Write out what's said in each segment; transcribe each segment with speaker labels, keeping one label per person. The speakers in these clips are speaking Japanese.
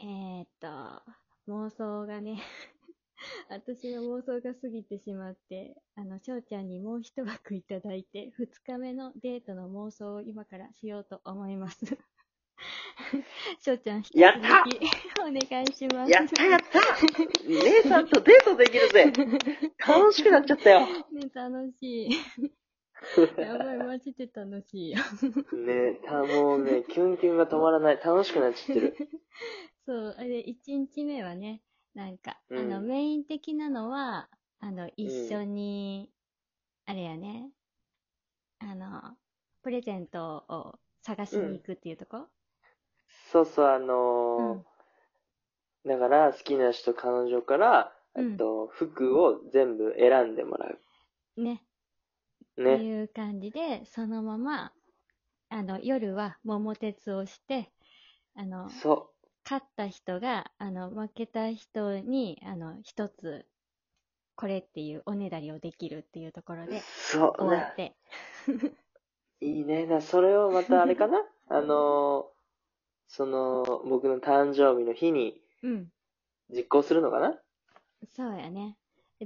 Speaker 1: えーっと、妄想がね、 私の妄想が過ぎてしまって、あの、翔ちゃんにもう一枠いただいて、二日目のデートの妄想を今からしようと思います。 翔ちゃん、引き
Speaker 2: やった
Speaker 1: 続きお願いします。
Speaker 2: やったやった姉さんとデートできるぜ楽しくなっちゃったよ。
Speaker 1: ね、楽しい。 やばい、マジで楽しいよ。
Speaker 2: ねた、もうね、キュンキュンが止まらない。楽しくなっちゃってる。
Speaker 1: そう、あれ、1日目はね、なんか、
Speaker 2: うん
Speaker 1: あの、メイン的なのは、あの、一緒に、あれやね、あの、プレゼントを探しに行くっていうとこ、
Speaker 2: そうそう、あ
Speaker 1: うん、
Speaker 2: のーだから、好きな人、彼女から、え
Speaker 1: うん
Speaker 2: っと、服を全部選んでもら
Speaker 1: ね、
Speaker 2: う。
Speaker 1: って
Speaker 2: ね。
Speaker 1: いう感じで、そのまま、あの、夜は桃鉄をして、あの、
Speaker 2: そ
Speaker 1: 勝った人が、あの、負けた人に、あの、一つ、これっていうおねだりをできるっていうところ
Speaker 2: う
Speaker 1: で、。
Speaker 2: そ
Speaker 1: 終
Speaker 2: う。
Speaker 1: わっ
Speaker 2: な
Speaker 1: て。
Speaker 2: いいね。な、それをまたあれか なあのーその、僕の誕生日の日に
Speaker 1: うん。
Speaker 2: 実行するのかな
Speaker 1: そうやね。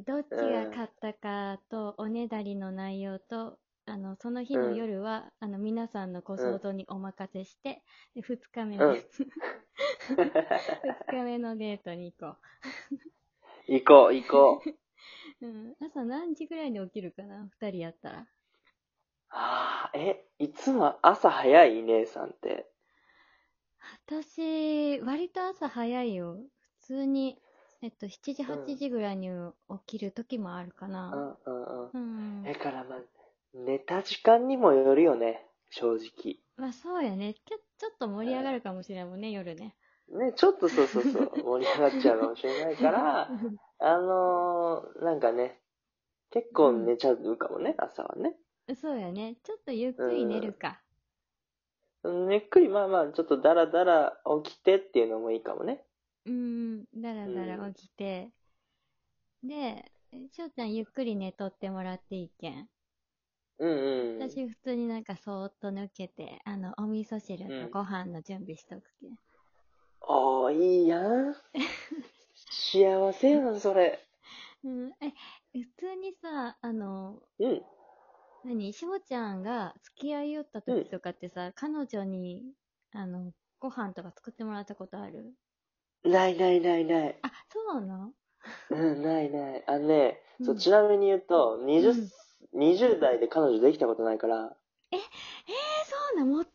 Speaker 1: どっちが勝ったかと、おねだりの内容と、あの、その日の夜は、あの、皆さんのご想像にお任せして、で、二日目の、
Speaker 2: うん
Speaker 1: 二日目のデートに行こ
Speaker 2: 行こう、行こう。
Speaker 1: う。うん。朝何時ぐらいに起きるかな二人やったら。
Speaker 2: ああ、え、いつも朝早い姉さんって。
Speaker 1: 私、割と朝早いよ。普通に、えっと、7時、
Speaker 2: うん
Speaker 1: 8時ぐらいに起きる時もあるか
Speaker 2: う
Speaker 1: な。
Speaker 2: んうんうん。
Speaker 1: うん。
Speaker 2: だからまあ、寝た時間にもよるよね、正直。
Speaker 1: まあ、そうやね。ちょ、ちょっと盛り上がるかもしれんもんね、夜ね。
Speaker 2: ね、ちょっとそうそうそう、盛り上がっちゃうかもしれないから、あのー、なんかね、結構寝ちゃうかもね、朝はね。
Speaker 1: そうやね。ちょっとゆっくり寝るか。
Speaker 2: ゆっくり、まあまあ、ちょっとダラダラ起きてっていうのもいいかもね。
Speaker 1: うーん、だらだら起きて。で、しょうちゃんゆっくり寝とってもらっていいけん。
Speaker 2: うんうん。
Speaker 1: 私普通になんかそーっと抜けて、あの、お味噌汁とご飯の準備しとくけん。
Speaker 2: おー、いいやん。幸せやん、それ。
Speaker 1: うん、え、普通にさ、あの、
Speaker 2: うん。
Speaker 1: 何、しほちゃんが付き合いよった時とかってさ、彼女に、あの、ご飯とか作ってもらったことある
Speaker 2: ないないないない。
Speaker 1: あ、そうなの
Speaker 2: うん、ないない。あのね、
Speaker 1: うん
Speaker 2: そう、ちなみに言うと、20、20代で彼女できたことないから、
Speaker 1: え、そうなんもったい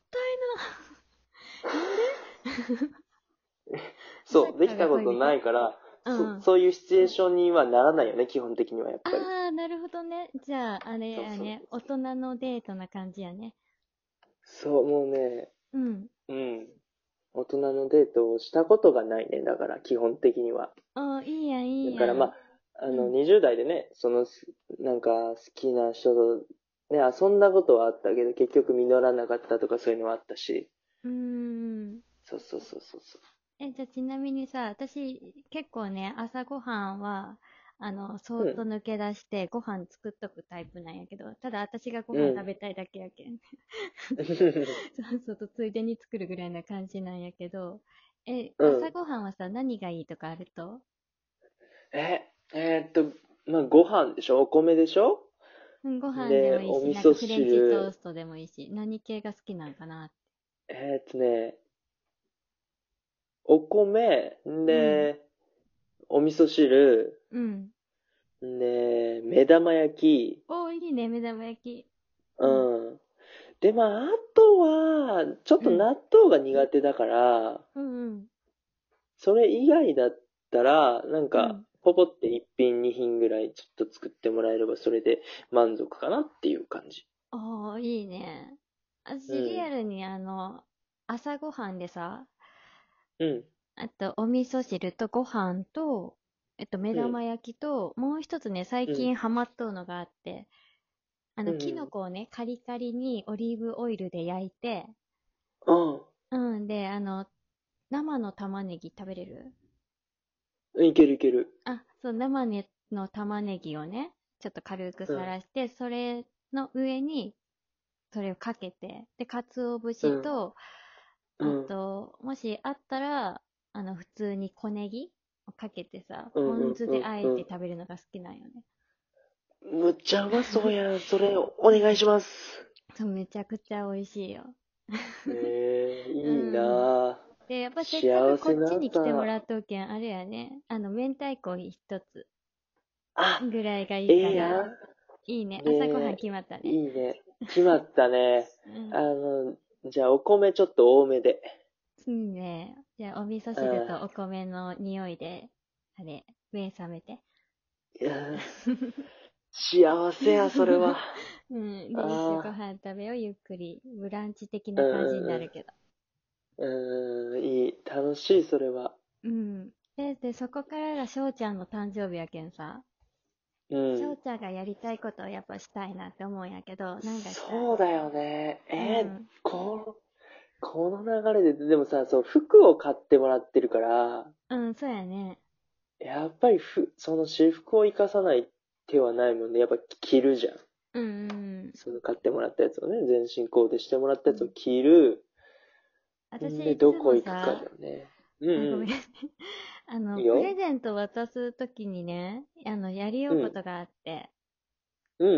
Speaker 2: そう、できたことないから、
Speaker 1: うん
Speaker 2: そそういうシチュエーションにはならないよね、基本的にはやっぱり。
Speaker 1: ああ、なるほどね。じゃあ、あれやね、大人のデートな感じやね。
Speaker 2: そう、もうね、
Speaker 1: うん。
Speaker 2: うん。大人のデートをしたことがないね、だから、基本的には。
Speaker 1: あーいいやん、いいやん。
Speaker 2: だからまあ、あの、
Speaker 1: うん
Speaker 2: 20代でね、その、すなんか、好きな人と、ね、遊んだことはあったけど、結局実らなかったとかそういうのはあったし、
Speaker 1: うーん。
Speaker 2: そうそうそうそうそう。
Speaker 1: え、じゃあちなみにさ、私、結構ね、朝ごはんは、あの、そーっと抜け出して、ご飯作っとくタイプなんやけど、ただ私がご
Speaker 2: う
Speaker 1: 飯
Speaker 2: ん
Speaker 1: 食べたいだけやけん。 そうそうと、ついでに作るぐらいな感じなんやけど、え、
Speaker 2: うん
Speaker 1: 朝ごはんはさ、何がいいとかあると
Speaker 2: え、えーっと、まあ、ご飯でしょお米でしょ
Speaker 1: うんご飯
Speaker 2: ね
Speaker 1: でもいいし、なんか
Speaker 2: お味噌
Speaker 1: フレンチト
Speaker 2: 汁
Speaker 1: ーストでもいいし、何系が好きなんかなって。
Speaker 2: えーっとね、お米、で、お味噌汁、
Speaker 1: うん。
Speaker 2: で、目玉焼き、
Speaker 1: おー、いいね、目玉焼き。
Speaker 2: うん。で、まあ、あとは、ちょっと納豆が苦手だから、
Speaker 1: うんうん。
Speaker 2: それ以外だったら、なん
Speaker 1: う
Speaker 2: か
Speaker 1: ん、
Speaker 2: ポポって一品二品ぐらいちょっと作ってもらえれば、それで満足かなっていう感じ。
Speaker 1: おー、いいね。私、
Speaker 2: うん
Speaker 1: リアルにあの、朝ごはんでさ、
Speaker 2: うん。
Speaker 1: あと、お味噌汁とご飯と、えっと、目玉焼きと、もう一つね、最近ハマっとうのがあって、あ
Speaker 2: う
Speaker 1: の、
Speaker 2: ん
Speaker 1: キノコをね、カリカリにオリーブオイルで焼いて、うん、で、あの、生の玉ねぎ食べれる
Speaker 2: うん。いけるいける。
Speaker 1: あ、そう、生の玉ねぎをね、ちょっと軽くさらして、それの上に、それをかけて、で、鰹節と、
Speaker 2: うん
Speaker 1: あと、もしあったら、あの、普通に小ネギをかけてさ、
Speaker 2: うんうん
Speaker 1: ポ
Speaker 2: うんうん
Speaker 1: ン酢であえて食べるのが好きなんよね。
Speaker 2: むっちゃうまそうやん。それ、お願いします。
Speaker 1: そう、めちゃくちゃ美味しいよ。
Speaker 2: ええいいなぁ。
Speaker 1: で、やっぱせっ
Speaker 2: 幸
Speaker 1: かくこ
Speaker 2: せにな
Speaker 1: っ
Speaker 2: った
Speaker 1: ちに来てもらっとうけん、あれやね、あの、明太子一つ
Speaker 2: あ、
Speaker 1: ぐらいがいい
Speaker 2: え
Speaker 1: か
Speaker 2: えや
Speaker 1: ら、
Speaker 2: ん。
Speaker 1: いいね。
Speaker 2: ねえ
Speaker 1: 朝ごはん決まったね。
Speaker 2: いいね。決まったね。
Speaker 1: うん
Speaker 2: あの、じゃあ、お米ちょっと多めで。
Speaker 1: いいね。じゃあ、お味噌汁とお米の匂いで、あれ、目覚め て。
Speaker 2: いやー幸せや、それは。
Speaker 1: うん。で、
Speaker 2: あ
Speaker 1: 一
Speaker 2: ー
Speaker 1: 緒ご飯食べよう、ゆっくり。ブランチ的な感じになるけど。
Speaker 2: うーん、いい。楽しい、それは。
Speaker 1: うん。で、で、そこからが翔ちゃんの誕生日やけんさ、
Speaker 2: う
Speaker 1: 翔
Speaker 2: ん。
Speaker 1: ちゃんがやりたいことをやっぱしたいなって思うんやけど、なんかした
Speaker 2: そうだよね。えー
Speaker 1: うん
Speaker 2: この、この流れで、でもさ、そう、服を買ってもらってるから、
Speaker 1: うん、そうやね。
Speaker 2: やっぱりふ、その私服を生かさない手はないもんね。やっぱ着るじゃん。
Speaker 1: うんうんうん。
Speaker 2: その買ってもらったやつをね、全身コーデしてもらったやつを着る。
Speaker 1: 私、
Speaker 2: で、
Speaker 1: いつ
Speaker 2: どこ
Speaker 1: も
Speaker 2: 行くかだ
Speaker 1: さ
Speaker 2: よ、ね。うん
Speaker 1: あご
Speaker 2: う
Speaker 1: めん
Speaker 2: ん。
Speaker 1: あの、
Speaker 2: いいよ
Speaker 1: プレゼント渡すときにね、あの、やりようことがあって、
Speaker 2: うん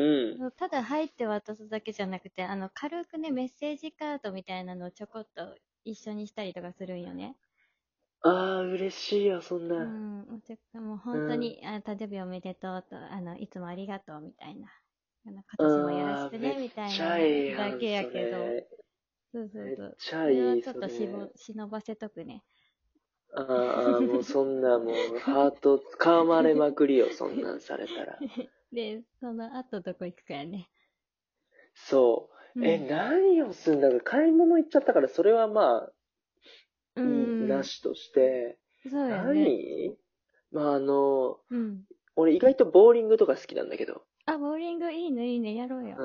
Speaker 2: うん。
Speaker 1: ただ入って渡すだけじゃなくて、あの、軽くね、メッセージカードみたいなのをちょこっと一緒にしたりとかするんよね。
Speaker 2: ああ、嬉しいよ、そん
Speaker 1: う
Speaker 2: な。
Speaker 1: ん、お客さんも本当に、あ誕生日おめでとうと、あの、いつもありがとうみたいな。あの今年もよろしくね、みた
Speaker 2: めっ
Speaker 1: い
Speaker 2: ちゃいい
Speaker 1: な
Speaker 2: やん
Speaker 1: だけやけど
Speaker 2: そ。れ
Speaker 1: そうそ
Speaker 2: め
Speaker 1: う
Speaker 2: っ
Speaker 1: そう。
Speaker 2: ち
Speaker 1: そ
Speaker 2: ゃいい
Speaker 1: れはちょっと
Speaker 2: そ
Speaker 1: し
Speaker 2: れ
Speaker 1: ぼ忍ばせとくね。
Speaker 2: あーあー、もうそんなもう、ハート掴まれまくりよ、そんなんされたら。
Speaker 1: で、その後どこ行くかやね。
Speaker 2: そう。え、何をすんだろう買い物行っちゃったから、それはまあ、
Speaker 1: う、
Speaker 2: うん
Speaker 1: うんん、
Speaker 2: なしとして、
Speaker 1: そうやね。
Speaker 2: 何まああの、
Speaker 1: うん。
Speaker 2: 俺意外とボーリングとか好きなんだけど。
Speaker 1: あ、ボーリングいいね、いいね、やろうよ。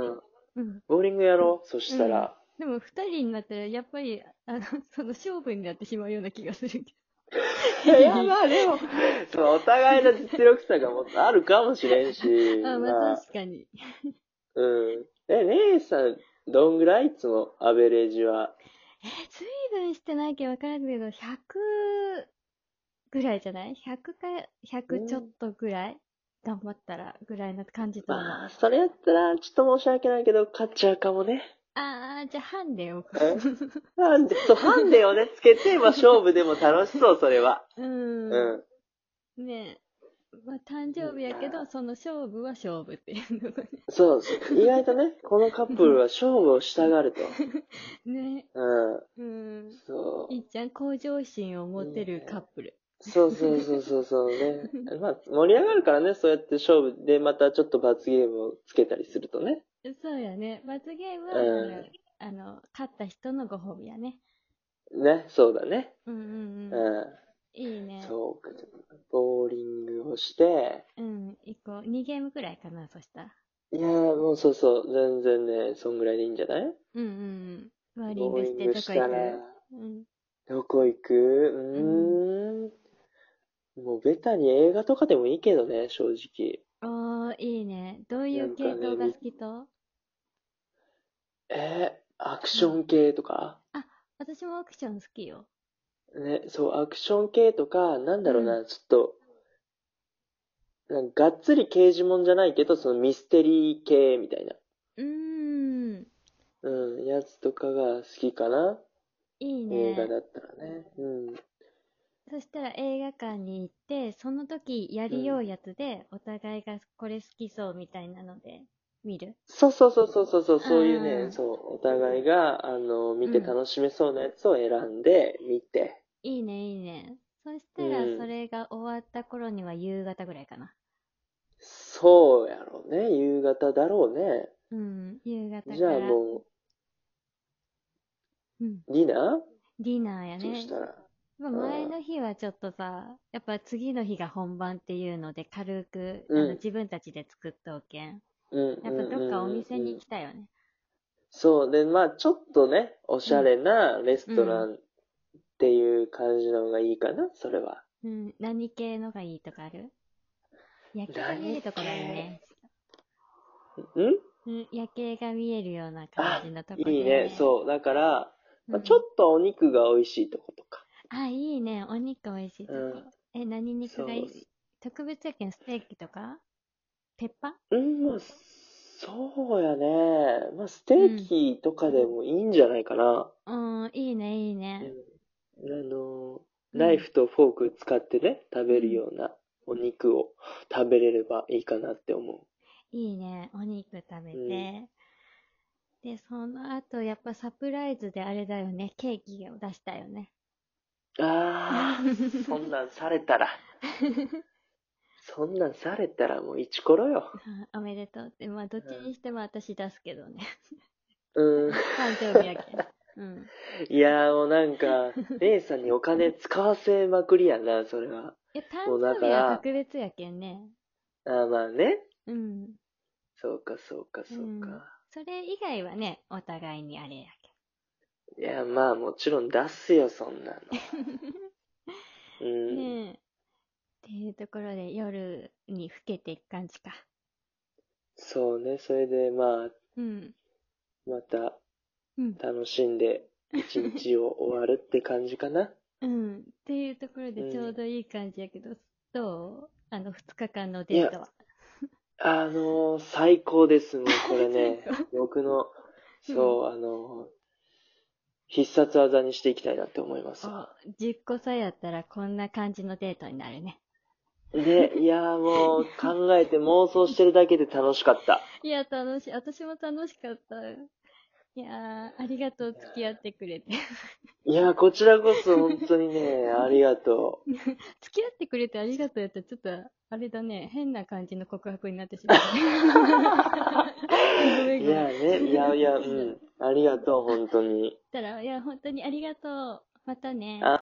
Speaker 2: う
Speaker 1: う
Speaker 2: ん。
Speaker 1: ん。
Speaker 2: ボーリングやろう。そしたら、
Speaker 1: でも、二人になったら、やっぱり、あの、 その勝負になってしまうような気がするけ
Speaker 2: い や、まあでも、そう、お互いの実力差がもっとあるかもしれんし、
Speaker 1: ど。あ、
Speaker 2: ま
Speaker 1: まあ、
Speaker 2: あ、
Speaker 1: 確かに。
Speaker 2: うん。え、姉さん、どんぐらいいつもアベレージは。
Speaker 1: え、ずいぶんしてないけど分からんけど、100ぐらいじゃない ?100 か、100ちょっとぐらい頑張ったら、ぐらいな感じと思う。
Speaker 2: まあ、それやったら、ちょっと申し訳ないけど、勝っちゃうかも ね。
Speaker 1: あー、じゃあ、ハンデを。
Speaker 2: えなんで、そう、ハンデをね、つけて、まあ、勝負でも楽しそう、それは。
Speaker 1: う。
Speaker 2: うんん。
Speaker 1: ねえ。まあ、誕生日やけ
Speaker 2: う
Speaker 1: ど、その勝負は勝負っていうのがね
Speaker 2: そうそう。意外と ね、このカップルは勝負をしたがると。
Speaker 1: ね
Speaker 2: うん。
Speaker 1: え。うん。
Speaker 2: そう。
Speaker 1: いっちゃん、向上心を持てるカップル。
Speaker 2: そうそうそうそうそう ね。まあ、盛り上がるからね、そうやって勝負で、またちょっと罰ゲームをつけたりするとね。
Speaker 1: そうやね。罰ゲームは、
Speaker 2: うん
Speaker 1: だからあの、勝った人のご褒美やね。
Speaker 2: ね、そうだね。
Speaker 1: うんうんうん。
Speaker 2: うん。
Speaker 1: いいね。
Speaker 2: そうか。ボーリングをして、
Speaker 1: うん、一個、2ゲームくらいかな、そしたら。
Speaker 2: いやーもうそうそう、全然ね、そんぐらいでいいんじゃない
Speaker 1: うんうんうん。ワーリング
Speaker 2: ボーリ
Speaker 1: し
Speaker 2: ン
Speaker 1: て
Speaker 2: グ
Speaker 1: ど
Speaker 2: し
Speaker 1: こ
Speaker 2: た
Speaker 1: 行
Speaker 2: ら、
Speaker 1: くうん。
Speaker 2: どこ行くうーん。もうベタに映画とかでもいいけどね、正直。
Speaker 1: おー、いいね。どういう系統が好きと
Speaker 2: えー、アクション系とか
Speaker 1: 私もアクション好きよ。
Speaker 2: ね、そう、アクション系とか、なんだろうな、ちょっと、なんかがっつり刑事もんじゃないけど、そのミステリー系みたいな、
Speaker 1: うーん、
Speaker 2: うん、やつとかが好きかな、
Speaker 1: いい
Speaker 2: 映画
Speaker 1: ね。
Speaker 2: だったらね。うん。
Speaker 1: そしたら映画館に行って、その時やりようやつで、お互いがこれ好きそうみたいなので、見る。
Speaker 2: そうそうそうそうそうそう、そういう
Speaker 1: う
Speaker 2: ね、
Speaker 1: ん
Speaker 2: そう、お互いが、あの、見て
Speaker 1: うん
Speaker 2: 楽しめそうなやつを選んで、見て。
Speaker 1: いいね、いいね。そしたら
Speaker 2: う、ん
Speaker 1: それが終わった頃には夕方ぐらいかな。
Speaker 2: そうやろうね、夕方だろうね。
Speaker 1: うん、夕方から。
Speaker 2: じゃあも
Speaker 1: うん、
Speaker 2: う、ディナ
Speaker 1: ディナーや
Speaker 2: ー
Speaker 1: ね。
Speaker 2: そしたら。
Speaker 1: まあ、
Speaker 2: うん
Speaker 1: 前の日はちょっとさ、やっぱ次の日が本番っていうので軽く、
Speaker 2: うん
Speaker 1: あの自分たちで作っておけん。
Speaker 2: うん。
Speaker 1: やっぱどっかお店
Speaker 2: うんうんう
Speaker 1: に
Speaker 2: ん
Speaker 1: 行きたいよね。
Speaker 2: そう、で、まあ、ちょっとね、おしゃれなレストランっていう感じの方がいいかな、それは。
Speaker 1: うん、何系のがいいとかある夜景が見えるとこがいいね。
Speaker 2: ん
Speaker 1: うん、夜景が見えるような感じのとこ
Speaker 2: いいね、
Speaker 1: う。
Speaker 2: そう。だから、まあ、
Speaker 1: ん
Speaker 2: ちょっとお肉が美味しいとことか。
Speaker 1: あ、いいね。お肉美味しいとこ。
Speaker 2: うん
Speaker 1: え、何肉がい
Speaker 2: そう
Speaker 1: い特別やけん、ステーキとかペッパ
Speaker 2: うん、まあ、そうやね。まあ、ステーキとかでもいいんじゃないかな。
Speaker 1: うん、いいね、いいね。
Speaker 2: あの、
Speaker 1: うん
Speaker 2: ナイフとフォーク使ってね、食べるようなお肉を食べれればいいかなって思
Speaker 1: いいね。お肉食べて。で、その後、やっぱサプライズであれだよね。ケーキを出したよ ね。
Speaker 2: う。ああ、そんなんされたら。そんなんされたらもうイチコロよ。
Speaker 1: あおめでとうって。まあ、どっちにしても私出すけどね。
Speaker 2: うん。
Speaker 1: 誕生日やけん。うん。
Speaker 2: いやーもうなんか、レイさんにお金使わせまくりやな、それは。
Speaker 1: いや、誕
Speaker 2: もう
Speaker 1: 生
Speaker 2: だか
Speaker 1: 日
Speaker 2: ら
Speaker 1: は特別やけんね。
Speaker 2: あーまあね。
Speaker 1: うん。
Speaker 2: そうか、そうか、そうか。
Speaker 1: うんそれ以外はね、お互いにあれや
Speaker 2: いや、まあもちろん出すよ、そんなの。う
Speaker 1: けん。
Speaker 2: ん。
Speaker 1: ねえ。っていうところで、夜に更けていく感じか。
Speaker 2: そうね、それでまあ、
Speaker 1: うん。
Speaker 2: また
Speaker 1: うん。
Speaker 2: 楽しんで一日を終わるって感じかな。
Speaker 1: うん。っていうところ
Speaker 2: う
Speaker 1: で
Speaker 2: ん
Speaker 1: ちょうどいい感じやけど、どうあの、2日間のデートは。
Speaker 2: あのー最高です、もうこれね
Speaker 1: 最。
Speaker 2: 僕の、そう、あのー必殺技にしていきたいなって思いますわ。
Speaker 1: お10個差やったらこんな感じのデートになるね。
Speaker 2: ね、いやーもう考えて妄想してるだけで楽しかった。
Speaker 1: いや、楽しい。私も楽しかった。いやー、ありがとう、付き合ってくれて。
Speaker 2: いやーこちらこそ本当にね、ありがと う。
Speaker 1: 付き合ってくれてありがとうやったら、ちょっと、あれだね、変な感じの告白になってし まう。ごめんごめ
Speaker 2: い
Speaker 1: ん。
Speaker 2: やーね、いやいや、うん、ありがとう、本当に。
Speaker 1: たら、いや、本当にありがとう。またね。
Speaker 2: あ